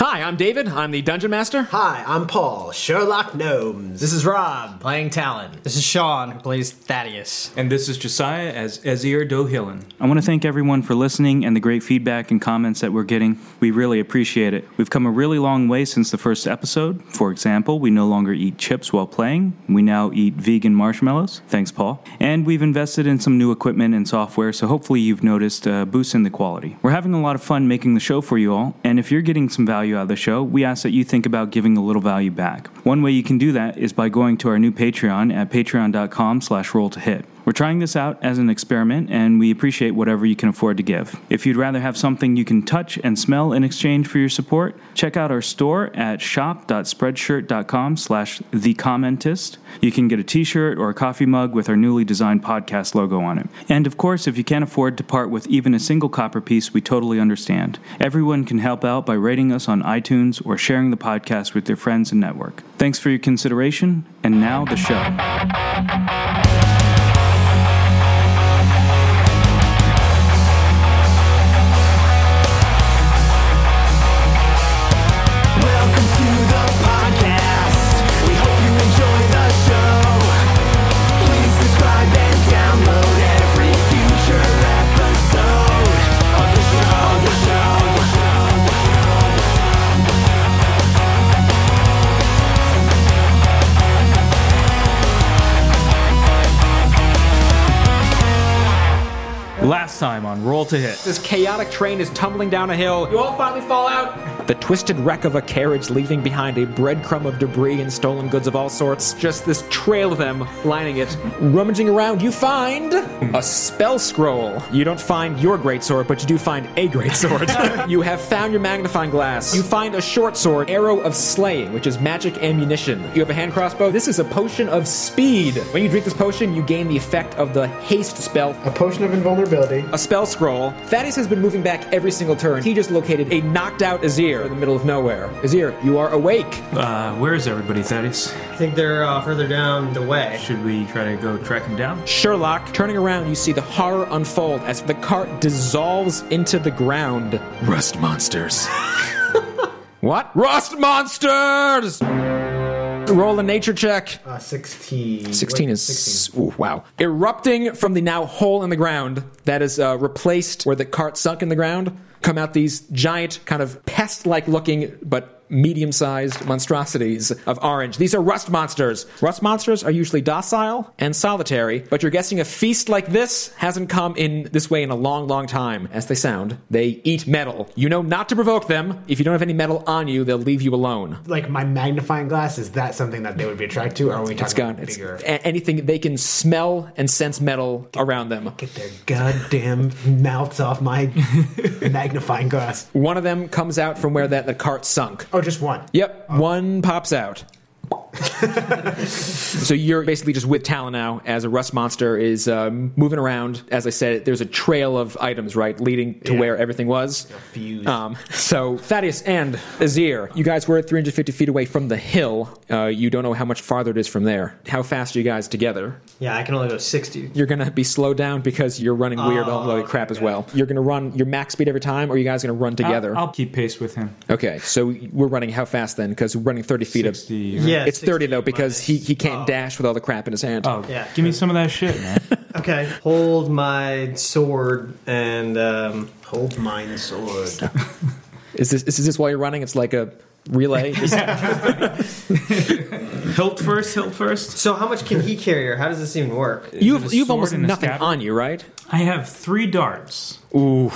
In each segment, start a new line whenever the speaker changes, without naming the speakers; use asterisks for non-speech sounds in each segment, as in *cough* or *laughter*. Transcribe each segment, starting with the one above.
Hi, I'm David. I'm the Dungeon Master.
Hi, I'm Paul, Sherlock Gnomes.
This is Rob playing Talon.
This is Sean, who plays Thaddeus.
And this is Josiah as Ezir Dohillen.
I want to thank everyone for listening and the great feedback and comments that we're getting. We really appreciate it. We've come a really long way since the first episode. For example, we no longer eat chips while playing. We now eat vegan marshmallows. Thanks, Paul. And we've invested in some new equipment and software, so hopefully you've noticed a boost in the quality. We're having a lot of fun making the show for you all, and if you're getting some value out of the show, we ask that you think about giving a little value back. One way you can do that is by going to our new Patreon at patreon.com slash roll to hit. We're trying this out as an experiment, and we appreciate whatever you can afford to give. If you'd rather have something you can touch and smell in exchange for your support, check out our store at shop.spreadshirt.com slash thecommentist. You can get a t-shirt or a coffee mug with our newly designed podcast logo on it. And of course, if you can't afford to part with even a single copper piece, we totally understand. Everyone can help out by rating us on iTunes or sharing the podcast with their friends and network. Thanks for your consideration, and now the show.
Last time on Roll to Hit.
This chaotic train is tumbling down a hill.
You all finally fall out.
The twisted wreck of a carriage leaving behind a breadcrumb of debris and stolen goods of all sorts.
Just this trail of them lining it.
Rummaging around, you find a spell scroll. You don't find your great sword, but you do find a great sword. you have found your magnifying glass. You find a short sword, arrow of slaying, which is magic ammunition. You have a hand crossbow. This is a potion of speed. When you drink this potion, you gain the effect of the haste spell.
A potion of invulnerability.
A spell scroll. Thaddeus has been moving back every single turn. He just located a knocked out Azir in the middle of nowhere. Azir, you are awake.
Uh, where is everybody, Thaddeus?
I think they're uh, further down the way.
Should we try to go track him down?
Sherlock, turning around, you see the horror unfold as the cart dissolves into the ground.
Rust monsters.
*laughs* what?
Rust monsters!
Roll a nature check.
Uh, 16.
16 is. 16? Ooh, wow. Erupting from the now hole in the ground that is uh, replaced where the cart sunk in the ground come out these giant, kind of pest like looking, but medium sized monstrosities of orange. These are rust monsters. Rust monsters are usually docile and solitary, but you're guessing a feast like this hasn't come in this way in a long, long time. As they sound, they eat metal. You know not to provoke them. If you don't have any metal on you, they'll leave you alone.
Like my magnifying glass, is that something that they would be attracted to? Or are we talking it's gone. It's bigger?
anything they can smell and sense metal get, around them.
Get their goddamn mouths off *laughs* my magnifying glass.
One of them comes out from where that the cart sunk.
Oh, just one.
Yep, oh. one pops out. *laughs* so you're basically just with Talon now as a rust monster is um, moving around. As I said, there's a trail of items, right, leading to yeah. where everything was. Um, so Thaddeus and Azir, you guys were 350 feet away from the hill. Uh, you don't know how much farther it is from there. How fast are you guys together?
Yeah, I can only go 60.
You're going to be slowed down because you're running weird, oh, all the crap okay. Uh, as well. You're going to run your max speed every time, or are you guys going to run together?
I'll, I'll, keep pace with him.
Okay, so we're running how fast then? Because running 30 feet
60,
of. Right? Yeah, it's 30 though because he, he can't oh. dash with all the crap in his hand.
Oh, yeah. Give me some of that shit, man.
okay. Hold my sword and um,
hold mine sword.
is this is this while you're running? It's like a *laughs* relay.
hilt first, hilt first.
So how much can he carry or how does this even work?
You've you've almost nothing on you, right?
I have 3 darts.
Ooh.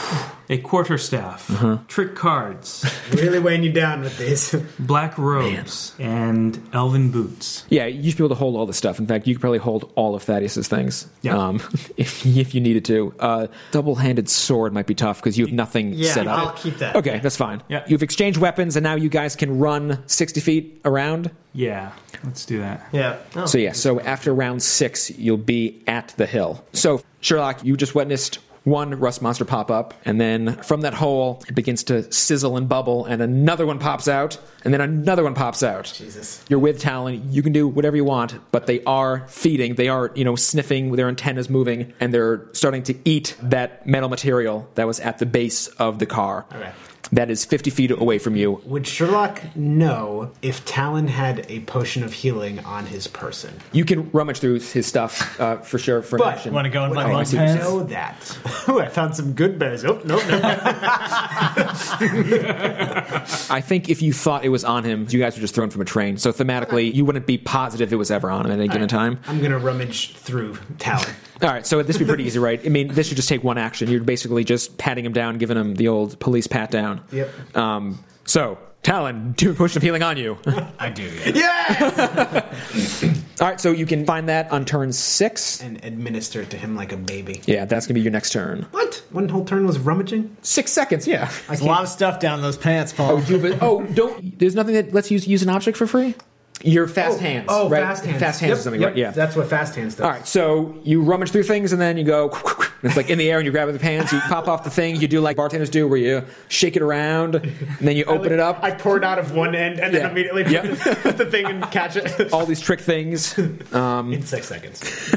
A quarter staff. Uh-huh. Trick cards.
really weighing you down with these.
Black robes. Man. And elven boots.
Yeah, you should be able to hold all this stuff. In fact, you could probably hold all of Thaddeus's things.
Yeah.
Um, *laughs* if, if you needed to. Uh, double handed sword might be tough because you have nothing
yeah,
set up.
I'll keep that.
Okay, that's fine.
Yeah.
You've exchanged weapons and now you guys can run 60 feet around.
Yeah, let's do that.
*laughs* Yeah.
Oh. So, yeah, so after round six, you'll be at the hill. So, Sherlock, you just witnessed one rust monster pop up, and then from that hole, it begins to sizzle and bubble, and another one pops out, and then another one pops out.
Jesus.
You're with Talon. You can do whatever you want, but they are feeding. They are, you know, sniffing, their antennas moving, and they're starting to eat that metal material that was at the base of the car.
All right.
that is 50 feet away from you.
Would Sherlock know if Talon had a potion of healing on his person?
You can rummage through his stuff uh, for sure for an
But-
action.
Want to go in
Would
my
I
long pants?
know that? Ooh, I found some good bears. Oh, no, no.
I think if you thought it was on him, you guys were just thrown from a train. So thematically, you wouldn't be positive it was ever on him at any given time.
*laughs* I'm going to rummage through Talon.
All right, so this would be pretty easy, right? I mean, this should just take one action. You're basically just patting him down, giving him the old police pat down.
Yep.
Um, so, Talon, do a potion of healing on *laughs* you.
I do. Yeah.
All right, so you can find that on turn six.
And administer it to him like a baby.
Yeah, that's going to be your next turn.
What? One whole turn was rummaging?
Six seconds, yeah.
There's a lot of stuff down those pants, Paul.
You- but- oh, don't. There's nothing that lets you use, use an object for free? Your fast hands.
Oh,
right?
fast hands.
Fast hands
Yep,
or something,
yep,
right? Yeah.
That's what fast hands does.
All right, so you rummage through things and then you go. *laughs* and it's like in the air and you grab the pants. You pop off the thing. You do like bartenders do, where you shake it around and then you open it up.
I poured out of one end and
Yeah.
then immediately
Yep.
put, the, put the thing and
*laughs*
catch it.
All these trick things.
In six seconds.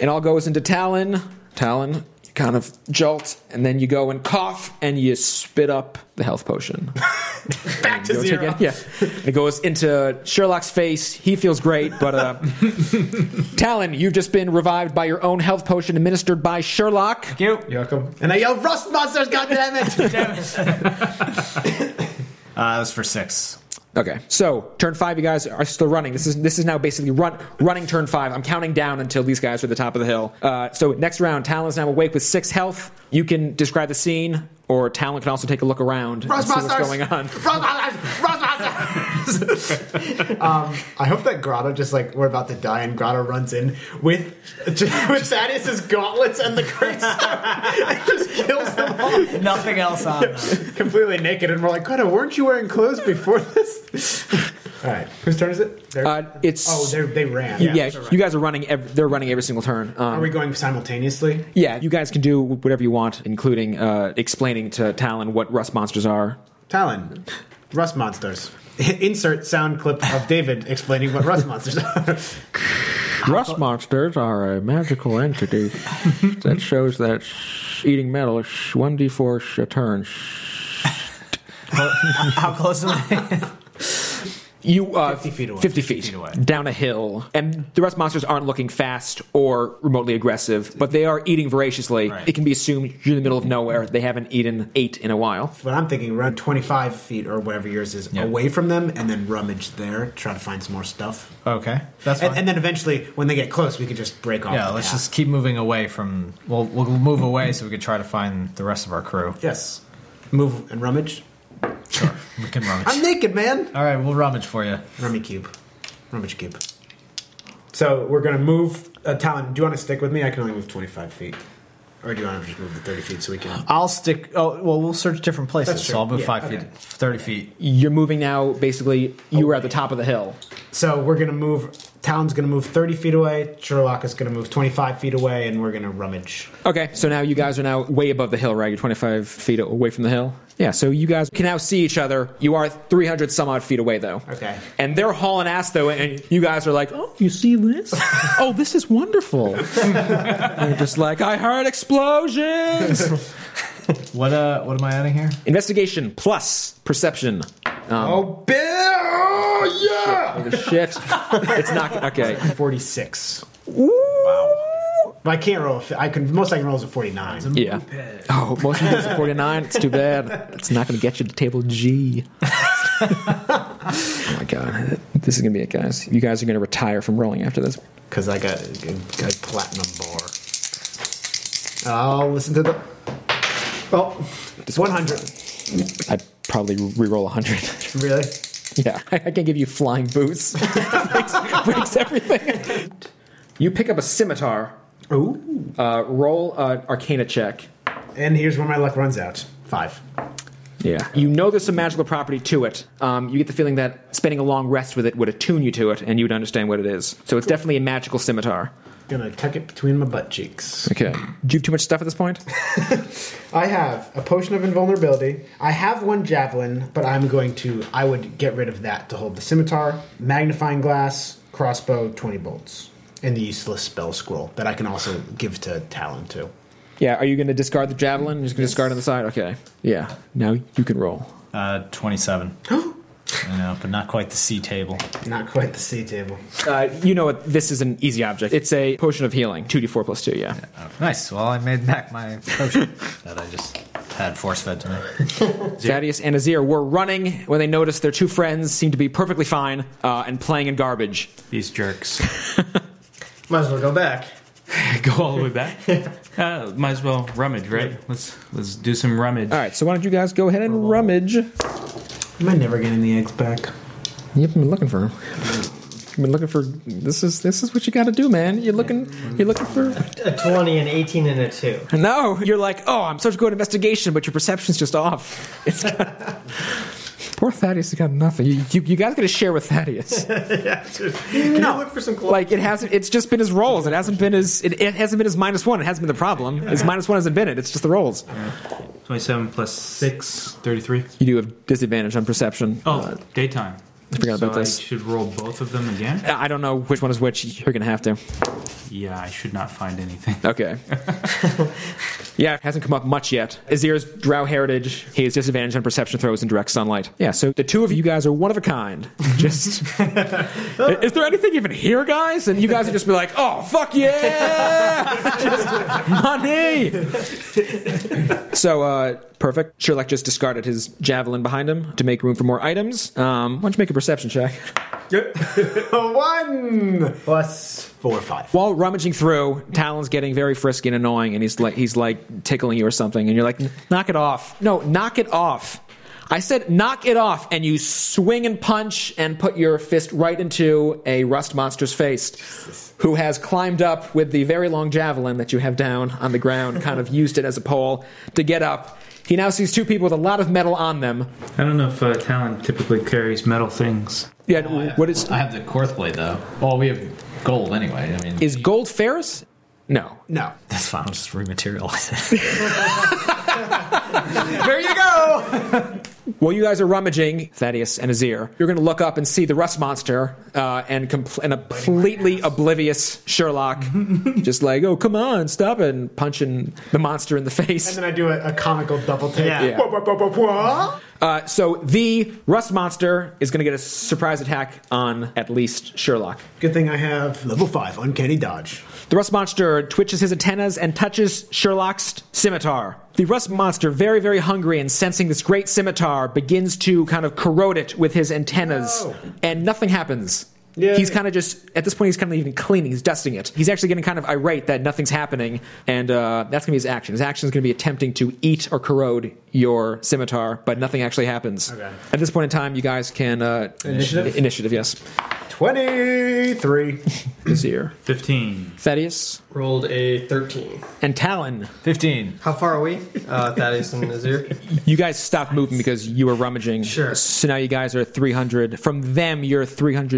It all goes into Talon. Talon, you kind of jolt and then you go and cough and you spit up the health
*laughs*
potion.
Back to
Go take
zero.
it- Yeah. And it goes into Sherlock's face. He feels great, but
*laughs*
uh, Talon, you've just been revived by your own health potion administered by Sherlock.
And I yell, Rust Monsters,
*laughs*
goddammit! *laughs*
Uh, that was for six.
Okay, so turn five, you guys are still running. This is this is now basically run running turn five. I'm counting down until these guys are at the top of the hill. Uh, so next round, Talon's now awake with six health. You can describe the scene, or Talon can also take a look around and see what's going *laughs* on.
*laughs* Um, I hope that Grotto just like, we're about to die, and Grotto runs in with, with Thaddeus' gauntlets and the curse *laughs* and just kills them all.
Nothing
*laughs*
else on them.
completely naked, and we're like, Greta, weren't you wearing clothes before this? All right, whose turn is it? They're-
Uh, it's
oh, they're- they ran.
yeah, you guys are running. Every, they're running every single turn. Um,
Are we going simultaneously?
yeah, you guys can do whatever you want, including uh, explaining to Talon what rust monsters are.
Talon, rust monsters. Insert sound clip of David explaining what rust monsters are.
Rust monsters are a magical entity *laughs* that shows that eating metal is 1d4 a turn.
How close am I?
You uh,
50 feet away.
50 feet,
away.
down a hill, and the rust monsters aren't looking fast or remotely aggressive, but they are eating voraciously.
Right.
It can be assumed you're in the middle of nowhere. They haven't eaten eight in a while.
but I'm thinking run 25 feet or whatever yours is away from them, and then rummage there, try to find some more stuff.
Okay, that's fine.
And, and then eventually, when they get close, we could just break off.
yeah,
the
let's
path.
just keep moving away from. Well, we'll move away so we can try to find the rest of our crew.
Yes. Move and rummage.
We can rummage.
I'm naked, man!
All right, we'll rummage for you.
Rummy cube. Rummage cube. So we're going to move. Uh, Talon, do you want to stick with me? I can only move 25 feet. Or do you want to just move to 30 feet so we can.
I'll stick. Oh, well, we'll search different places.
That's true.
So I'll move
Yeah,
five
okay.
feet, thirty feet.
You're moving now, basically, you were at the top of the hill.
So we're going to move. Talon's going to move 30 feet away. Sherlock is going to move 25 feet away, and we're going to rummage.
Okay, so now you guys are now way above the hill, right? You're 25 feet away from the hill. Yeah, so you guys can now see each other. You are 300 some odd feet away, though.
Okay.
And they're hauling ass, though, and you guys are like, oh, you see
*laughs*
this? oh, this is wonderful. and you're just like, I heard
*laughs*
explosions.
What uh? What am I adding here?
Investigation plus perception.
Oh, Bill! Oh,
Holy
*laughs*
shit. it's not. Okay.
yeah! 46. Wow. But I can't roll. a fi- I can most I can roll is a 49.
Yeah. Oh, motion is 49. It's too bad. It's not going to get you to table G. oh my god, this is going to be it, guys. You guys are going to retire from rolling after this.
Because I got a, a- a platinum bar. I'll listen to the. Oh, it's 100.
I probably re-roll 100.
Really?
*laughs* yeah, I can't give you flying boots. *laughs* breaks, breaks everything. You pick up a scimitar.
Ooh.
Uh, roll an Arcana check.
And here's where my luck runs out. Five.
Yeah. You know there's some magical property to it. Um, you get the feeling that spending a long rest with it would attune you to it, and you would understand what it is. So it's definitely a magical scimitar.
Gonna tuck it between my butt cheeks.
Okay. Do you have too much stuff at this point?
I have a potion of invulnerability. I have one javelin, but I'm going to. I would get rid of that to hold the scimitar, magnifying glass, crossbow, 20 bolts, and the useless spell scroll that I can also give to Talon too.
Yeah, are you going to discard the javelin? You're just going to discard on the side? Okay. Yeah. Now you can roll.
Uh,
*gasps*
27. I know, but not quite the C table.
Not quite the sea table.
Uh, you know what? This is an easy object. It's a potion of healing. 2d4 plus 2, yeah.
Nice. Well, I made back my
*laughs*
potion that I just had force fed to me.
Thaddeus and Azir were running when they noticed their two friends seemed to be perfectly fine uh, and playing in garbage.
These jerks.
Might as well go back.
Go all the way
*laughs*
back. Uh, might as well rummage, right? Let's let's do some rummage.
All right, so why don't you guys go ahead and rummage?
Am I never getting the eggs back?
You've been looking for him. You've been looking for this is this is what you got to do, man. You're looking you're looking for
A 20, an 18, and a 2.
no. You're like, oh, I'm such a good investigation, but your perception's just off. It's *laughs* poor Thaddeus has got nothing. You, you, you guys got to share with Thaddeus.
Can no. you look for some clothes?
like it hasn't. It's just been his rolls. It hasn't been his. It, it hasn't been his minus one. It hasn't been the problem. His minus one hasn't been it. It's just the rolls.
27 plus 6, 33.
You do have disadvantage on perception.
Oh,
Uh,
daytime.
I forgot
So
about
I
this.
should roll both of them again?
I don't know which one is which. You're gonna have to.
Yeah, I should not find anything.
Okay. *laughs* yeah, it hasn't come up much yet. Azir's drow heritage. He has disadvantage on perception throws in direct sunlight. Yeah, so the two of you guys are one of a kind. *laughs* Just. is there anything even here, guys? And you guys would just be like, oh, fuck yeah! Just money! so, uh, perfect. Sherlock just discarded his javelin behind him to make room for more items. Um, why don't you make a perception check?
One plus four, five.
While rummaging through, Talon's getting very frisky and annoying, and he's like he's like tickling you or something, and you're like, knock it off. No, knock it off. I said knock it off, and you swing and punch and put your fist right into a rust monster's face, who has climbed up with the very long javelin that you have down on the ground, kind of used it as a pole to get up. He now sees two people with a lot of metal on them.
I don't know if uh, Talon typically carries metal things.
Yeah, what is
I have the Korth blade though. Well, we have gold anyway. I mean,
is gold Ferris? No.
No.
That's fine. I'll just rematerialize it.
There you go. While you guys are rummaging, Thaddeus and Azir, you're going to look up and see the rust monster uh, and, compl- and a completely oblivious Sherlock, *laughs* just like, oh, come on, stop it, and punching the monster in the
And
face.
then I do a, a comical double take.
Yeah.
Wah, wah, wah, wah, wah.
Uh, so the rust monster is going to get a surprise attack on at least Sherlock.
Good thing I have level five, uncanny dodge.
The rust monster twitches his antennas and touches Sherlock's scimitar. The rust monster, very, very hungry and sensing this great scimitar, begins to kind of corrode it with his antennas,
No.
and nothing happens.
Yay.
He's kind of just at this point. He's kind of even cleaning. He's dusting it. He's actually getting kind of irate that nothing's happening, and uh, that's gonna be his action. His action is gonna be attempting to eat or corrode your scimitar, but nothing actually happens.
Okay.
At this point in time, you guys can uh,
Initiative?
Initiative, yes.
Twenty-three.
Azir,
15.
Thaddeus,
Rolled a 13.
and Talon.
15.
How far are we? Uh, Thaddeus and Azir?
You guys stopped moving because you were rummaging.
Sure.
So now you guys are 300. From them, you're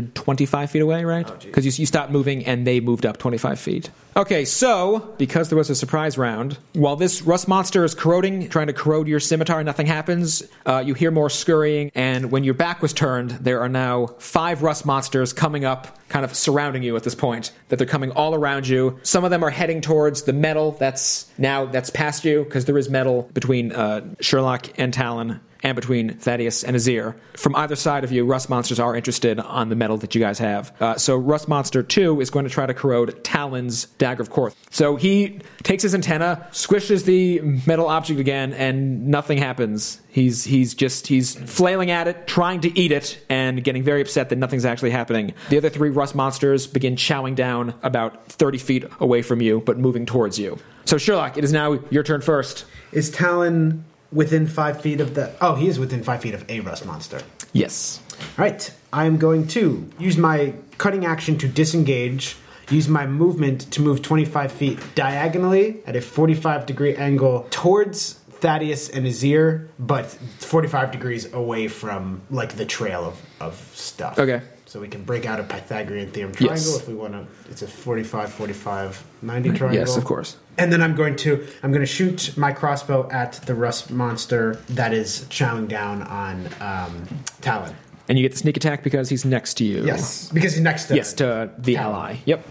325 feet away, right? Because you, you stopped moving and they moved up 25 feet. Okay, so because there was a surprise round, while this rust monster is corroding, trying to corrode your scimitar, nothing happens. Uh, you hear more scurrying, and when your back was turned, there are now five rust monsters coming up, kind of surrounding you at this point. That they're coming all around you. Some of them are heading towards the metal that's now that's past you because there is metal between uh, Sherlock and Talon and between Thaddeus and Azir. From either side of you, Rust Monsters are interested on the metal that you guys have. Uh, so Rust Monster 2 is going to try to corrode Talon's Dagger of Korth. So he takes his antenna, squishes the metal object again, and nothing happens. He's he's just he's flailing at it, trying to eat it, and getting very upset that nothing's actually happening. The other three rust monsters begin chowing down about 30 feet away from you, but moving towards you. So Sherlock, it is now your turn first.
Is Talon within five feet of the? Oh, he is within five feet of a rust monster.
Yes.
All right, I am going to use my cutting action to disengage, use my movement to move 25 feet diagonally at a 45 degree angle towards Thaddeus and Azir, but 45 degrees away from like the trail of, of stuff.
Okay.
So we can break out a Pythagorean theorem triangle
Yes.
if we want to. It's a 45, 45, 90 triangle.
Yes, of course.
And then I'm going to I'm going to shoot my crossbow at the rust monster that is chowing down on um, Talon.
And you get the sneak attack because he's next to you.
Yes, because he's next to
Yes, to the ally. Yep.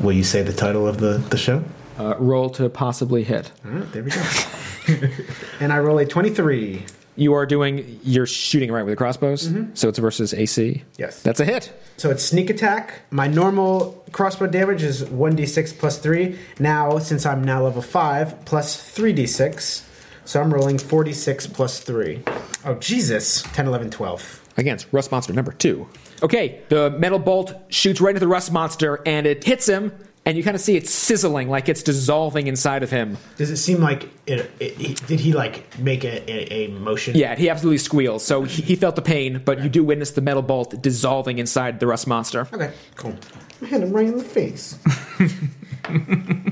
Will you say the title of the, the show?
Uh, roll to possibly hit.
All right, Mm, there we go. *laughs* and I roll a 23.
You are doing. You're shooting right with the crossbows, so it's versus AC.
Yes.
that's a hit.
So it's sneak attack. My normal crossbow damage is 1d6 plus 3. Now, since I'm now level 5, plus 3d6. So I'm rolling 46 plus 3. Oh, Jesus. 10, 11, 12.
against rust monster number two okay the metal bolt shoots right into the rust monster and it hits him and you kind of see it sizzling like it's dissolving inside of him
Does it seem like it, it, he- did he like make a, a, a motion?
yeah he absolutely squeals so he, he felt the pain but you do witness the metal bolt dissolving inside the rust monster
Okay, cool. I hit him right in the face.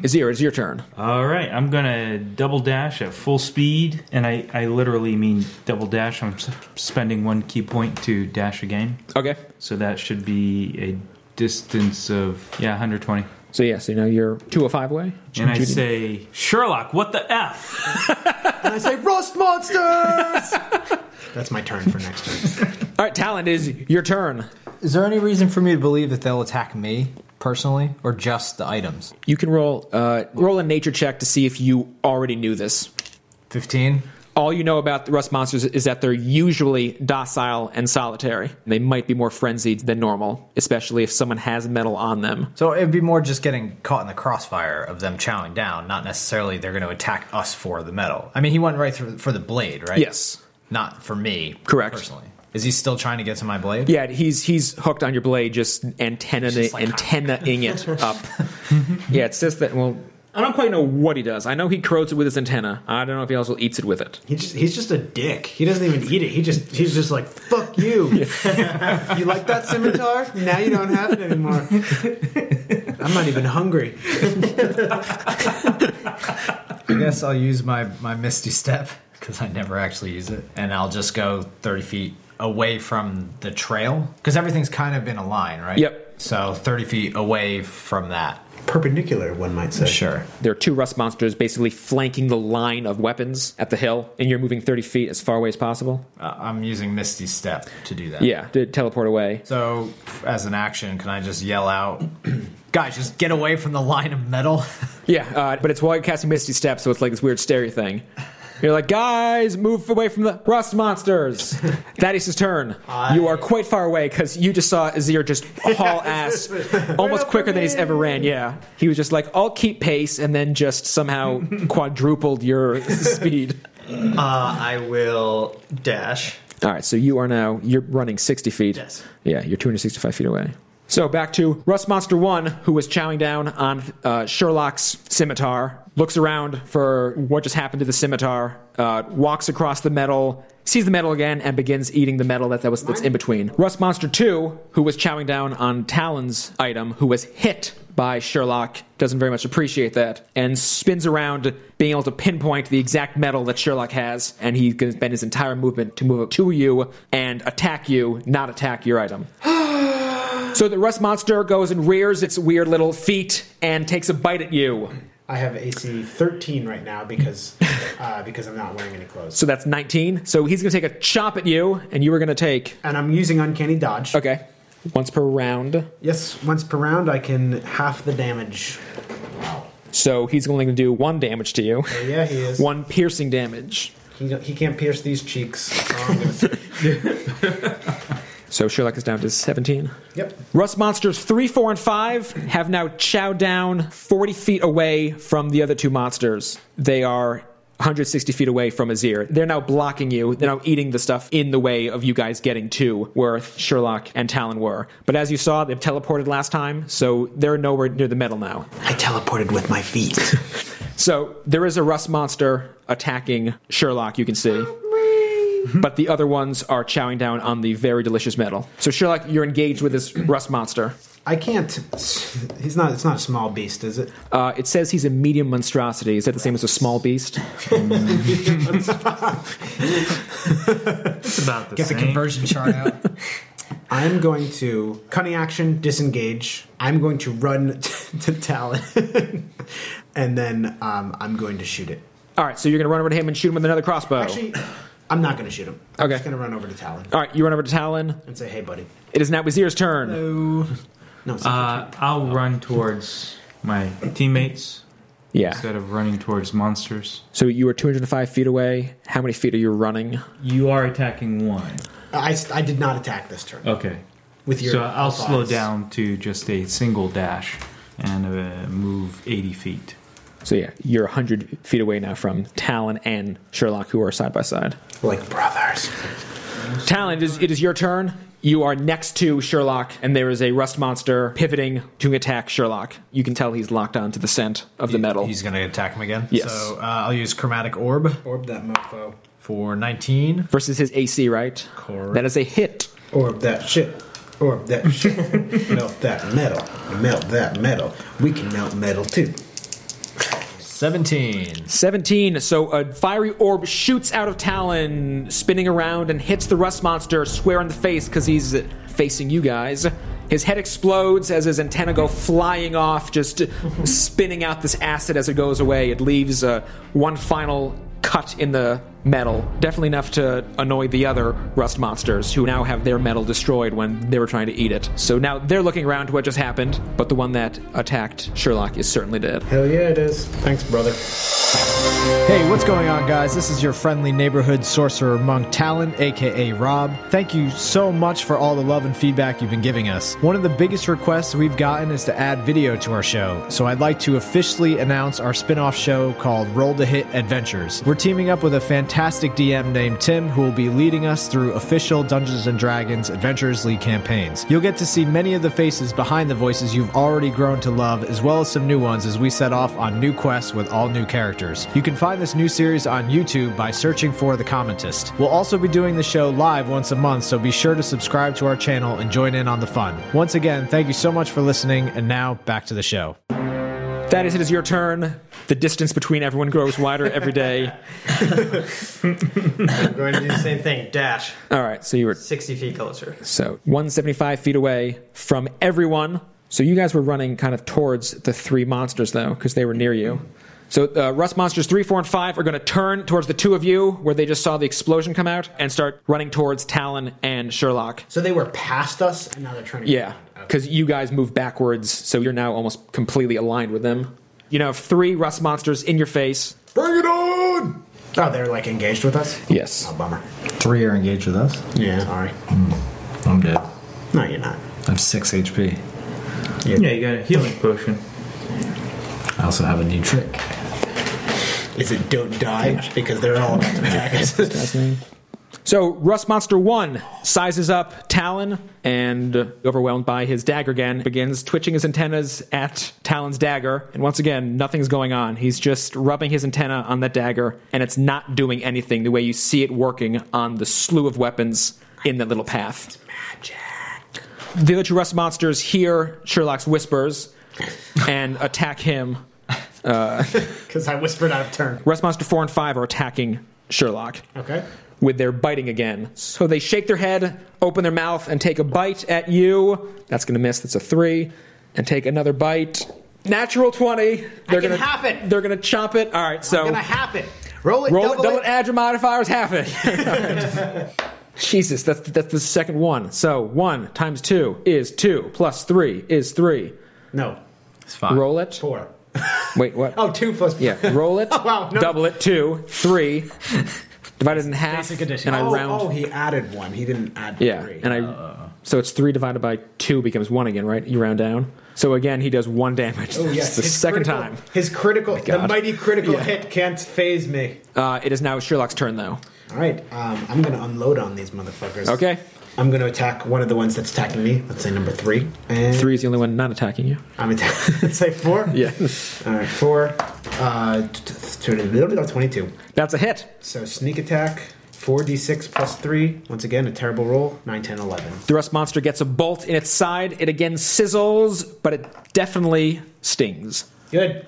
azir it's your turn
All right, I'm gonna double dash at full speed, and I, I literally mean double dash. I'm s- spending one key point to dash again,
okay
so that should be a distance of yeah 120.
so yeah so now you're two or five away
And I say, Sherlock, what the f?
and I say, Rust Monsters! That's my turn for next turn.
all right talent is your turn
Is there any reason for me to believe that they'll attack me personally, or just the items?
you can roll uh, roll a nature check to see if you already knew this
Fifteen.
all you know about the rust monsters is that they're usually docile and solitary. They might be more frenzied than normal, especially if someone has metal on them.
So it'd be more just getting caught in the crossfire of them chowing down, not necessarily they're going to attack us for the metal. I mean, he went right through for the blade, right?
Yes.
Not for me.
Correct.
Personally, is he still trying to get to my blade?
Yeah, he's he's hooked on your blade, just antenna antennaing *laughs* it up. yeah, it says that. Well, I don't quite know what he does. I know he crows it with his antenna. I don't know if he also eats it with it.
He just, he's just a dick. He doesn't even eat it. He just he's just like fuck you. you like that scimitar? Now you don't have it anymore. I'm not even hungry.
I guess I'll use my my misty step because I never actually use it, and I'll just go thirty feet away from the trail because everything's kind of in a line, right?
Yep.
So thirty feet away from that.
Perpendicular, one might say.
Sure.
There are two rust monsters basically flanking the line of weapons at the hill, and you're moving thirty feet as far away as possible.
Uh, I'm using misty step to do that.
Yeah, to teleport away.
So, as an action, can I just yell out, guys, just get away from the line of metal?
Yeah, uh, but it's while you're casting Misty Step, so it's like this weird stereo *laughs* thing. You're like, guys, move away from the rust *laughs* monsters. Thaddeus' turn. You are quite far away because you just saw Azir *laughs* just haul ass *laughs* almost quicker than he's ever ran. Yeah. He was just like, I'll keep pace, and then just *laughs* somehow quadrupled *laughs* your speed.
Uh, *laughs* I will dash.
All right, so you are now, you're running 60 feet.
Yes.
Yeah, you're 265 feet away. So back to Rust Monster 1, who was chowing down on uh, Sherlock's scimitar, looks around for what just happened to the scimitar, uh, walks across the metal, sees the metal again, and begins eating the metal that, that was, that's in between. Rust Monster 2, who was chowing down on Talon's item, who was hit by Sherlock, doesn't very much appreciate that, and spins around, being able to pinpoint the exact metal that Sherlock has, and he's going to spend his entire movement to move up to you and attack you, not attack your item. So the rust monster goes and rears its weird little feet and takes a bite at you.
I have AC 13 right
*laughs*
now because uh, because I'm not wearing any clothes,
So that's 19. So he's going to take a chop at you, and you are going to take.
and I'm using uncanny dodge.
Okay. Once per round.
Yes, once per round I can half the damage.
So he's only going to do one damage to you, *laughs*
So Oh, yeah, he is.
one piercing damage.
He, he can't pierce these cheeks. Oh, I'm
*laughs*
gonna say-
So Sherlock is down to 17.
yep.
Rust monsters 3, 4, and 5 have now chowed down 40 feet away from the other two monsters. They are 160 feet away from Azir. They're now blocking you. They're now eating the stuff in the way of you guys getting to where Sherlock and Talon were. But as you saw, they've teleported last time, so they're nowhere near the metal now.
I teleported with my feet.
So there is a rust monster attacking Sherlock, you can see. But the other ones are chowing down on the very delicious metal. So Sherlock, you're engaged with this rust monster.
I can't. He's not. It's not a small beast, is it?
Uh, it says he's a medium monstrosity. Is that the same as a small beast?
It's about the
*laughs* Get the
same.
conversion chart out.
I'm going to cunning action, disengage. I'm going to run *laughs* to Talon, *laughs* and then um, I'm going to shoot it.
All right, so you're going to run over to him and shoot him with another crossbow.
Actually, I'm not going to shoot him. I'm
Oh. Okay.
just going to run over to Talon
All right, you run over to Talon.
and say, "Hey, buddy."
It is now Wazir's turn.
No, it's
Uh, I'll run towards my teammates instead
Yeah.
of running towards monsters.
So you are 205 feet away. How many feet are you running?
You are attacking one.
I, I did not attack this turn.
Okay.
With your
so I'll
thoughts.
slow down to just a single dash and uh, move 80 feet.
So yeah, you're 100 feet away now from Talon and Sherlock, who are side by side.
Like brothers.
Talon, it is, it is your turn. You are next to Sherlock, and there is a rust monster pivoting to attack Sherlock. You can tell he's locked onto the scent of the metal.
He's going to attack him again.
Yes.
So uh, I'll use Chromatic Orb
Orb that mofo.
for 19.
Versus his AC, right?
Correct.
That is a hit.
Orb that shit. Orb that shit. melt that metal. Melt that metal. We can melt metal too.
17.
17. So a fiery orb shoots out of Talon, spinning around and hits the rust monster square in the face because he's facing you guys. His head explodes as his antennae go flying off, just spinning out this acid as it goes away. It leaves uh, one final cut in the metal, definitely enough to annoy the other rust monsters who now have their metal destroyed when they were trying to eat it. So now they're looking around to what just happened, but the one that attacked Sherlock is certainly dead.
Hell yeah, it is. Thanks, brother.
Hey, what's going on, guys? This is your friendly neighborhood sorcerer monk Talon, aka Rob. Thank you so much for all the love and feedback you've been giving us. One of the biggest requests we've gotten is to add video to our show, so I'd like to officially announce our spin off show called Roll to Hit Adventures. We're teaming up with a fantastic DM named Tim who will be leading us through official Dungeons and Dragons Adventures League campaigns. You'll get to see many of the faces behind the voices you've already grown to love, as well as some new ones as we set off on new quests with all new characters. You can find this new series on YouTube by searching for The Commentist. We'll also be doing the show live once a month, so be sure to subscribe to our channel and join in on the fun. Once again, thank you so much for listening, and now back to the show.
That is, it is your turn. The distance between everyone grows wider every day.
I'm going to do the same thing. Dash.
All right, so you were
60 feet closer.
so 175 feet away from everyone. So you guys were running kind of towards the three monsters though, because they were near you. So uh, rust monsters three, four, and five are going to turn towards the two of you, where they just saw the explosion come out, and start running towards Talon and Sherlock.
So they were past us, and now they're trying to.
Yeah, because you guys move backwards, so you're now almost completely aligned with them. You now have three rust monsters in your face.
Bring it on! Oh, they're like engaged with us?
Yes.
Oh, bummer.
Three are engaged with us.
Yeah. Sorry.
I'm dead.
No, you're not.
I have six HP.
Yeah, you got a healing potion.
I also have a new trick.
Is it don't die? Because they're all about to attack us.
So Rust Monster One sizes up Talon and, uh, overwhelmed by his dagger again, begins twitching his antennas at Talon's dagger. And once again, nothing's going on. He's just rubbing his antenna on that dagger, and it's not doing anything the way you see it working on the slew of weapons in that little path. magic. The other two Rust monsters hear Sherlock's whispers and attack him.
Because I whispered out of turn.
Rust Monster Four and Five are attacking Sherlock
Okay.
with their biting again. So they shake their head, open their mouth, and take a bite at you. That's gonna miss. That's a three, and take another bite. Natural twenty. They're
can
gonna
half it.
They're gonna chop it. All right. So
I'm gonna half it. Roll it.
roll
double
it, double it, add your modifiers, half it.
*laughs*
Jesus, that's that's the second one. So one times two is two plus three is three.
Uh,
No.
It's fine.
Roll it.
Four. *laughs*
Wait, what?
Oh, two plus.
Yeah, roll it.
*laughs* Oh, wow. No.
Double it. Two, three.
*laughs*
Divided in half,
Basic addition.
and I
oh,
round.
oh, he added one. He didn't add
Yeah,
three.
and I. so it's three divided by two becomes one again, right? You round down. So again, he does one damage.
Oh,
It's *laughs*
yes.
the
his
second
critical-
time.
His critical, the
God.
mighty critical hit can't phase me.
Uh, it is now Sherlock's turn, though.
All right, um, I'm gonna unload on these motherfuckers.
Okay.
I'm gonna attack one of the ones that's attacking me. Let's say number three. And
Three is the only one not attacking you.
I'm attacking. *laughs* let's say four.
Yeah,
All right, four. Uh, t- t- t- a little bit of twenty-two.
that's a hit.
So sneak attack. 4d6 plus 3. Once again, a terrible roll. 9, 10, 11.
The rust monster gets a bolt in its side. It again sizzles, but it definitely stings.
Good.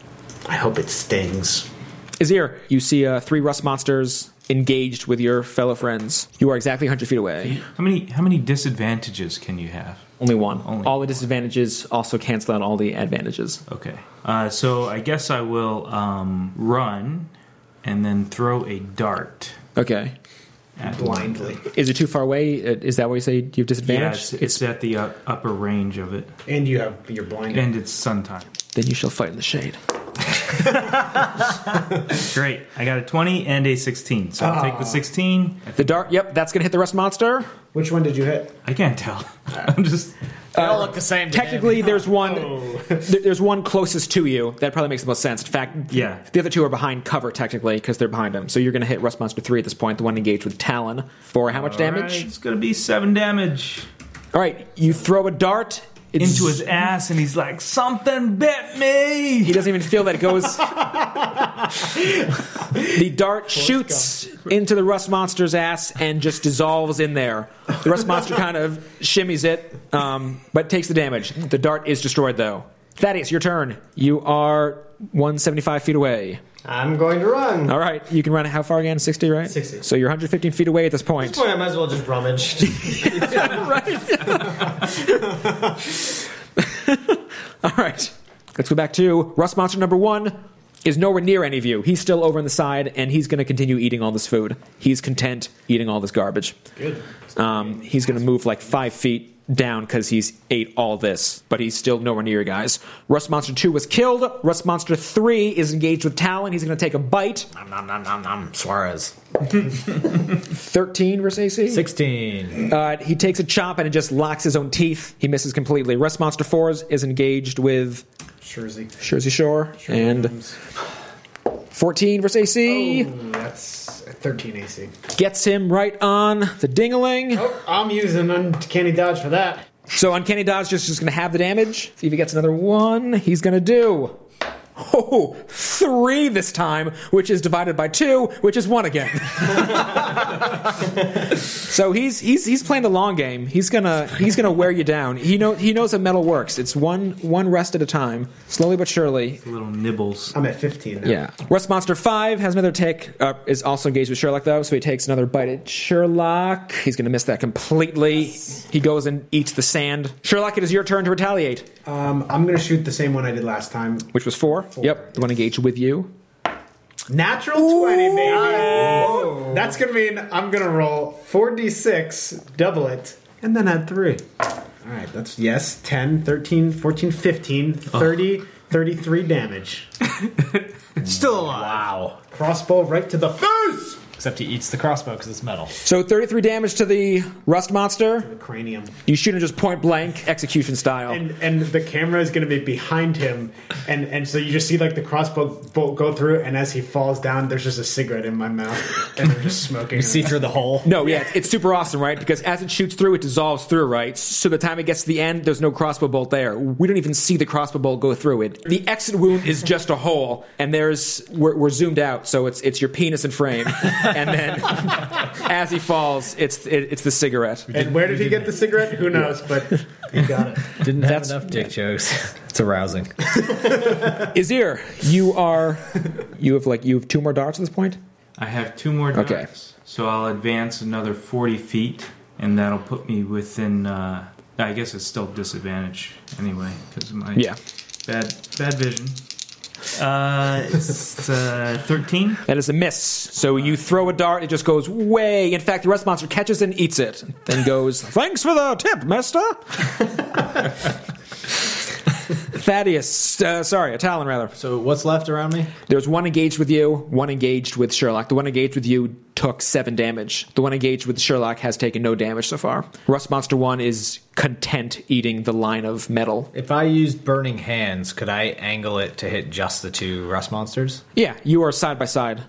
I hope it stings.
Azir, you see uh, three rust monsters engaged with your fellow friends. You are exactly 100 feet away.
How many how many disadvantages can you have?
Only one.
Only-
All the disadvantages also cancel out all the advantages.
Okay. Uh, so I guess I will um, run and then throw a dart.
Okay.
At
Blindly.
Is it too far away? Uh, Is that why you say you have disadvantage?
Yeah, it's, it's at the uh, upper range of it,
And you have, you're blind.
and it's sun time.
Then you shall fight in the shade.
Great. I got a 20 and a 16. So I'll take
Ah.
the 16.
The dart. Yep, that's gonna hit the rest monster.
Which one did you hit?
I can't tell. *laughs* I'm just.
They all look the same. to me.
Technically, there's one.
Oh.
*laughs* th- There's one closest to you. That probably makes the most sense. In fact,
Yeah.
the other two are behind cover technically because they're behind him. So you're gonna hit Rust Monster three at this point. The one engaged with Talon for how much damage?
Alright, it's going to be seven damage
All right, you throw a dart it's-
into his ass, and he's like, something bit me.
He doesn't even feel that it goes. the dart shoots into the rust monster's ass and just dissolves in there. The rust monster kind of shimmies it, um, but takes the damage. The dart is destroyed though. Thaddeus, your turn. You are 175 feet away.
I'm going to run. At
All right, you can run how far again? 60, right?
60.
So you're 115 feet away at this point.
this point, I might as well just rummage.
All right, let's go back to rust monster number one. Is nowhere near any of you. He's still over on the side, and he's going to continue eating all this food. He's content eating all this garbage. Good. Um, he's going to move like five feet down because he's ate all this, but he's still nowhere near you guys. Rust Monster 2 was killed. Rust Monster 3 is engaged with Talon. He's going to take a bite.
Nom, nom, nom, nom, nom. Suarez.
13 versus AC?
16.
Uh, he takes a chop and it just locks his own teeth. He misses completely. Rust Monster 4 is- is engaged with
Shurzy.
Jersey Shore and 14 versus AC.
That's a 13 AC.
Gets him right on the dingaling.
Oh, I'm using uncanny dodge for that.
So Uncanny Dodge just, just going to have the damage. See if he gets another one. He's going to do. Oh, three this time, which is divided by two, which is one again. *laughs* so he's he's he's playing the long game. He's gonna he's gonna wear you down. He know he knows how metal works. It's one one rest at a time, slowly but surely.
Little nibbles.
I'm at 15 now.
Yeah. Rust Monster 5 has another take, uh, is also engaged with Sherlock, though, so he takes another bite at Sherlock. He's going to miss that completely. He goes and eats the sand. Sherlock, it is your turn to retaliate,
Um, I'm gonna shoot the same one I did last time.
which was four. Yep, the one engaged with you.
Natural 20, baby. Whoa. That's gonna mean I'm gonna roll 4d6, double it, and then add three. All right, that's yes, 10, 13, 14, 15, 30, 33 damage.
Still alive.
Wow.
Crossbow right to the face.
Except he eats the crossbow because it's metal.
So 33 damage to the Rust Monster.
The cranium.
You shoot him just point blank, execution style.
And and the camera is gonna be behind him, and and so you just see like the crossbow bolt go through, and as he falls down, there's just a cigarette in my mouth, and they're just smoking.
You see through the hole.
no, yeah, it's super awesome, right? Because as it shoots through, it dissolves through, right? So the time it gets to the end, there's no crossbow bolt there. We don't even see the crossbow bolt go through it. The exit wound is just a hole, and there's we're, we're zoomed out, so it's it's your penis in frame, *laughs* and then as he falls, it's it, it's the cigarette.
and where did he get the cigarette? Who knows? But he got it.
Didn't have enough dick jokes. *laughs* It's arousing.
Izir, you are you have like you have two more darts at this point.
I have two more darts.
Okay.
So I'll advance another 40 feet, and that'll put me within. Uh, I guess it's still disadvantage anyway, because of my
Yeah.
bad, bad vision. Uh, it's uh, 13.
That is a miss. So you throw a dart, it just goes way. In fact, the rust monster catches and eats it, then goes, *laughs* Thanks for the tip, master. *laughs* Thaddeus, uh, sorry, a Talon rather.
So what's left around me?
There's one engaged with you, one engaged with Sherlock. The one engaged with you took seven damage. The one engaged with Sherlock has taken no damage so far. Rust Monster 1 is content eating the line of metal.
If I use burning hands, could I angle it to hit just the two rust monsters?
Yeah, you are side by side.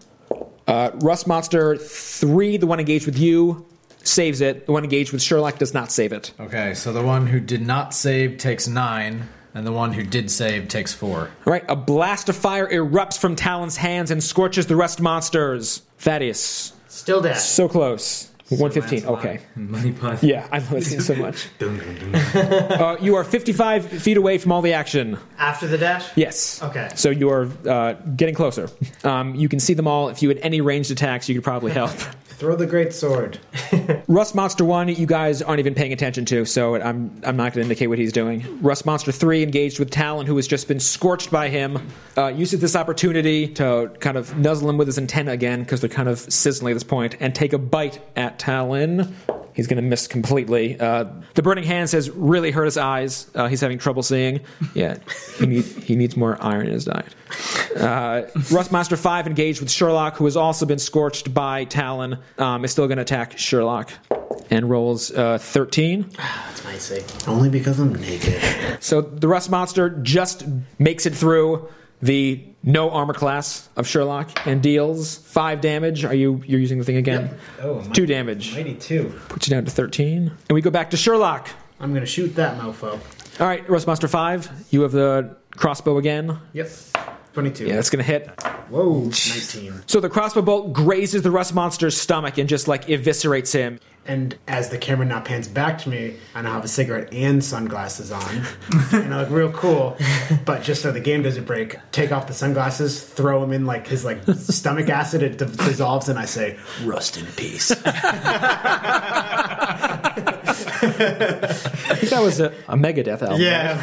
Uh, Rust Monster 3, the one engaged with you, saves it. The one engaged with Sherlock does not save it.
Okay, so the one who did not save takes nine, and the one who did save takes four.
All right, a blast of fire erupts from Talon's hands and scorches the rest monsters. Thaddeus,
Still dead.
so close. 115,
Lancelot
okay.
and Money Python.
Yeah, I love this scene so much. *laughs* uh, you are 55 feet away from all the action.
After the dash?
Yes.
Okay.
So you are uh, getting closer. Um, you can see them all. If you had any ranged attacks, you could probably help.
Throw the great sword.
Rust Monster 1, you guys aren't even paying attention to, so I'm, I'm not going to indicate what he's doing. Rust Monster 3 engaged with Talon, who has just been scorched by him, uh, uses this opportunity to kind of nuzzle him with his antenna again, because they're kind of sizzling at this point, and take a bite at Talon. He's going to miss completely. Uh, the burning hands has really hurt his eyes. Uh, he's having trouble seeing. Yeah, he, need, he needs more iron in his diet. Uh, Rust Monster 5 engaged with Sherlock, who has also been scorched by Talon, um, is still going to attack Sherlock and rolls uh, 13.
That's my say. Only because I'm naked.
So the Rust Monster just makes it through the no armor class of Sherlock and deals five damage. Are you you're using the thing again?
Oh, my-
Two damage.
Mighty two.
Puts you down to thirteen. And we go back to Sherlock.
I'm gonna shoot that mofo.
All right, Rust Monster five. You have the crossbow again.
Yep. Twenty-two.
Yeah, that's gonna hit.
Whoa. Nineteen.
So the crossbow bolt grazes the Rust Monster's stomach and just like eviscerates him.
And as the camera now pans back to me, I now have a cigarette and sunglasses on, *laughs* and I look real cool. But just so the game doesn't break, take off the sunglasses, throw them in like his like stomach acid. It d- dissolves, and I say, "Rust in peace."
I think that was a, a Megadeth album.
yeah.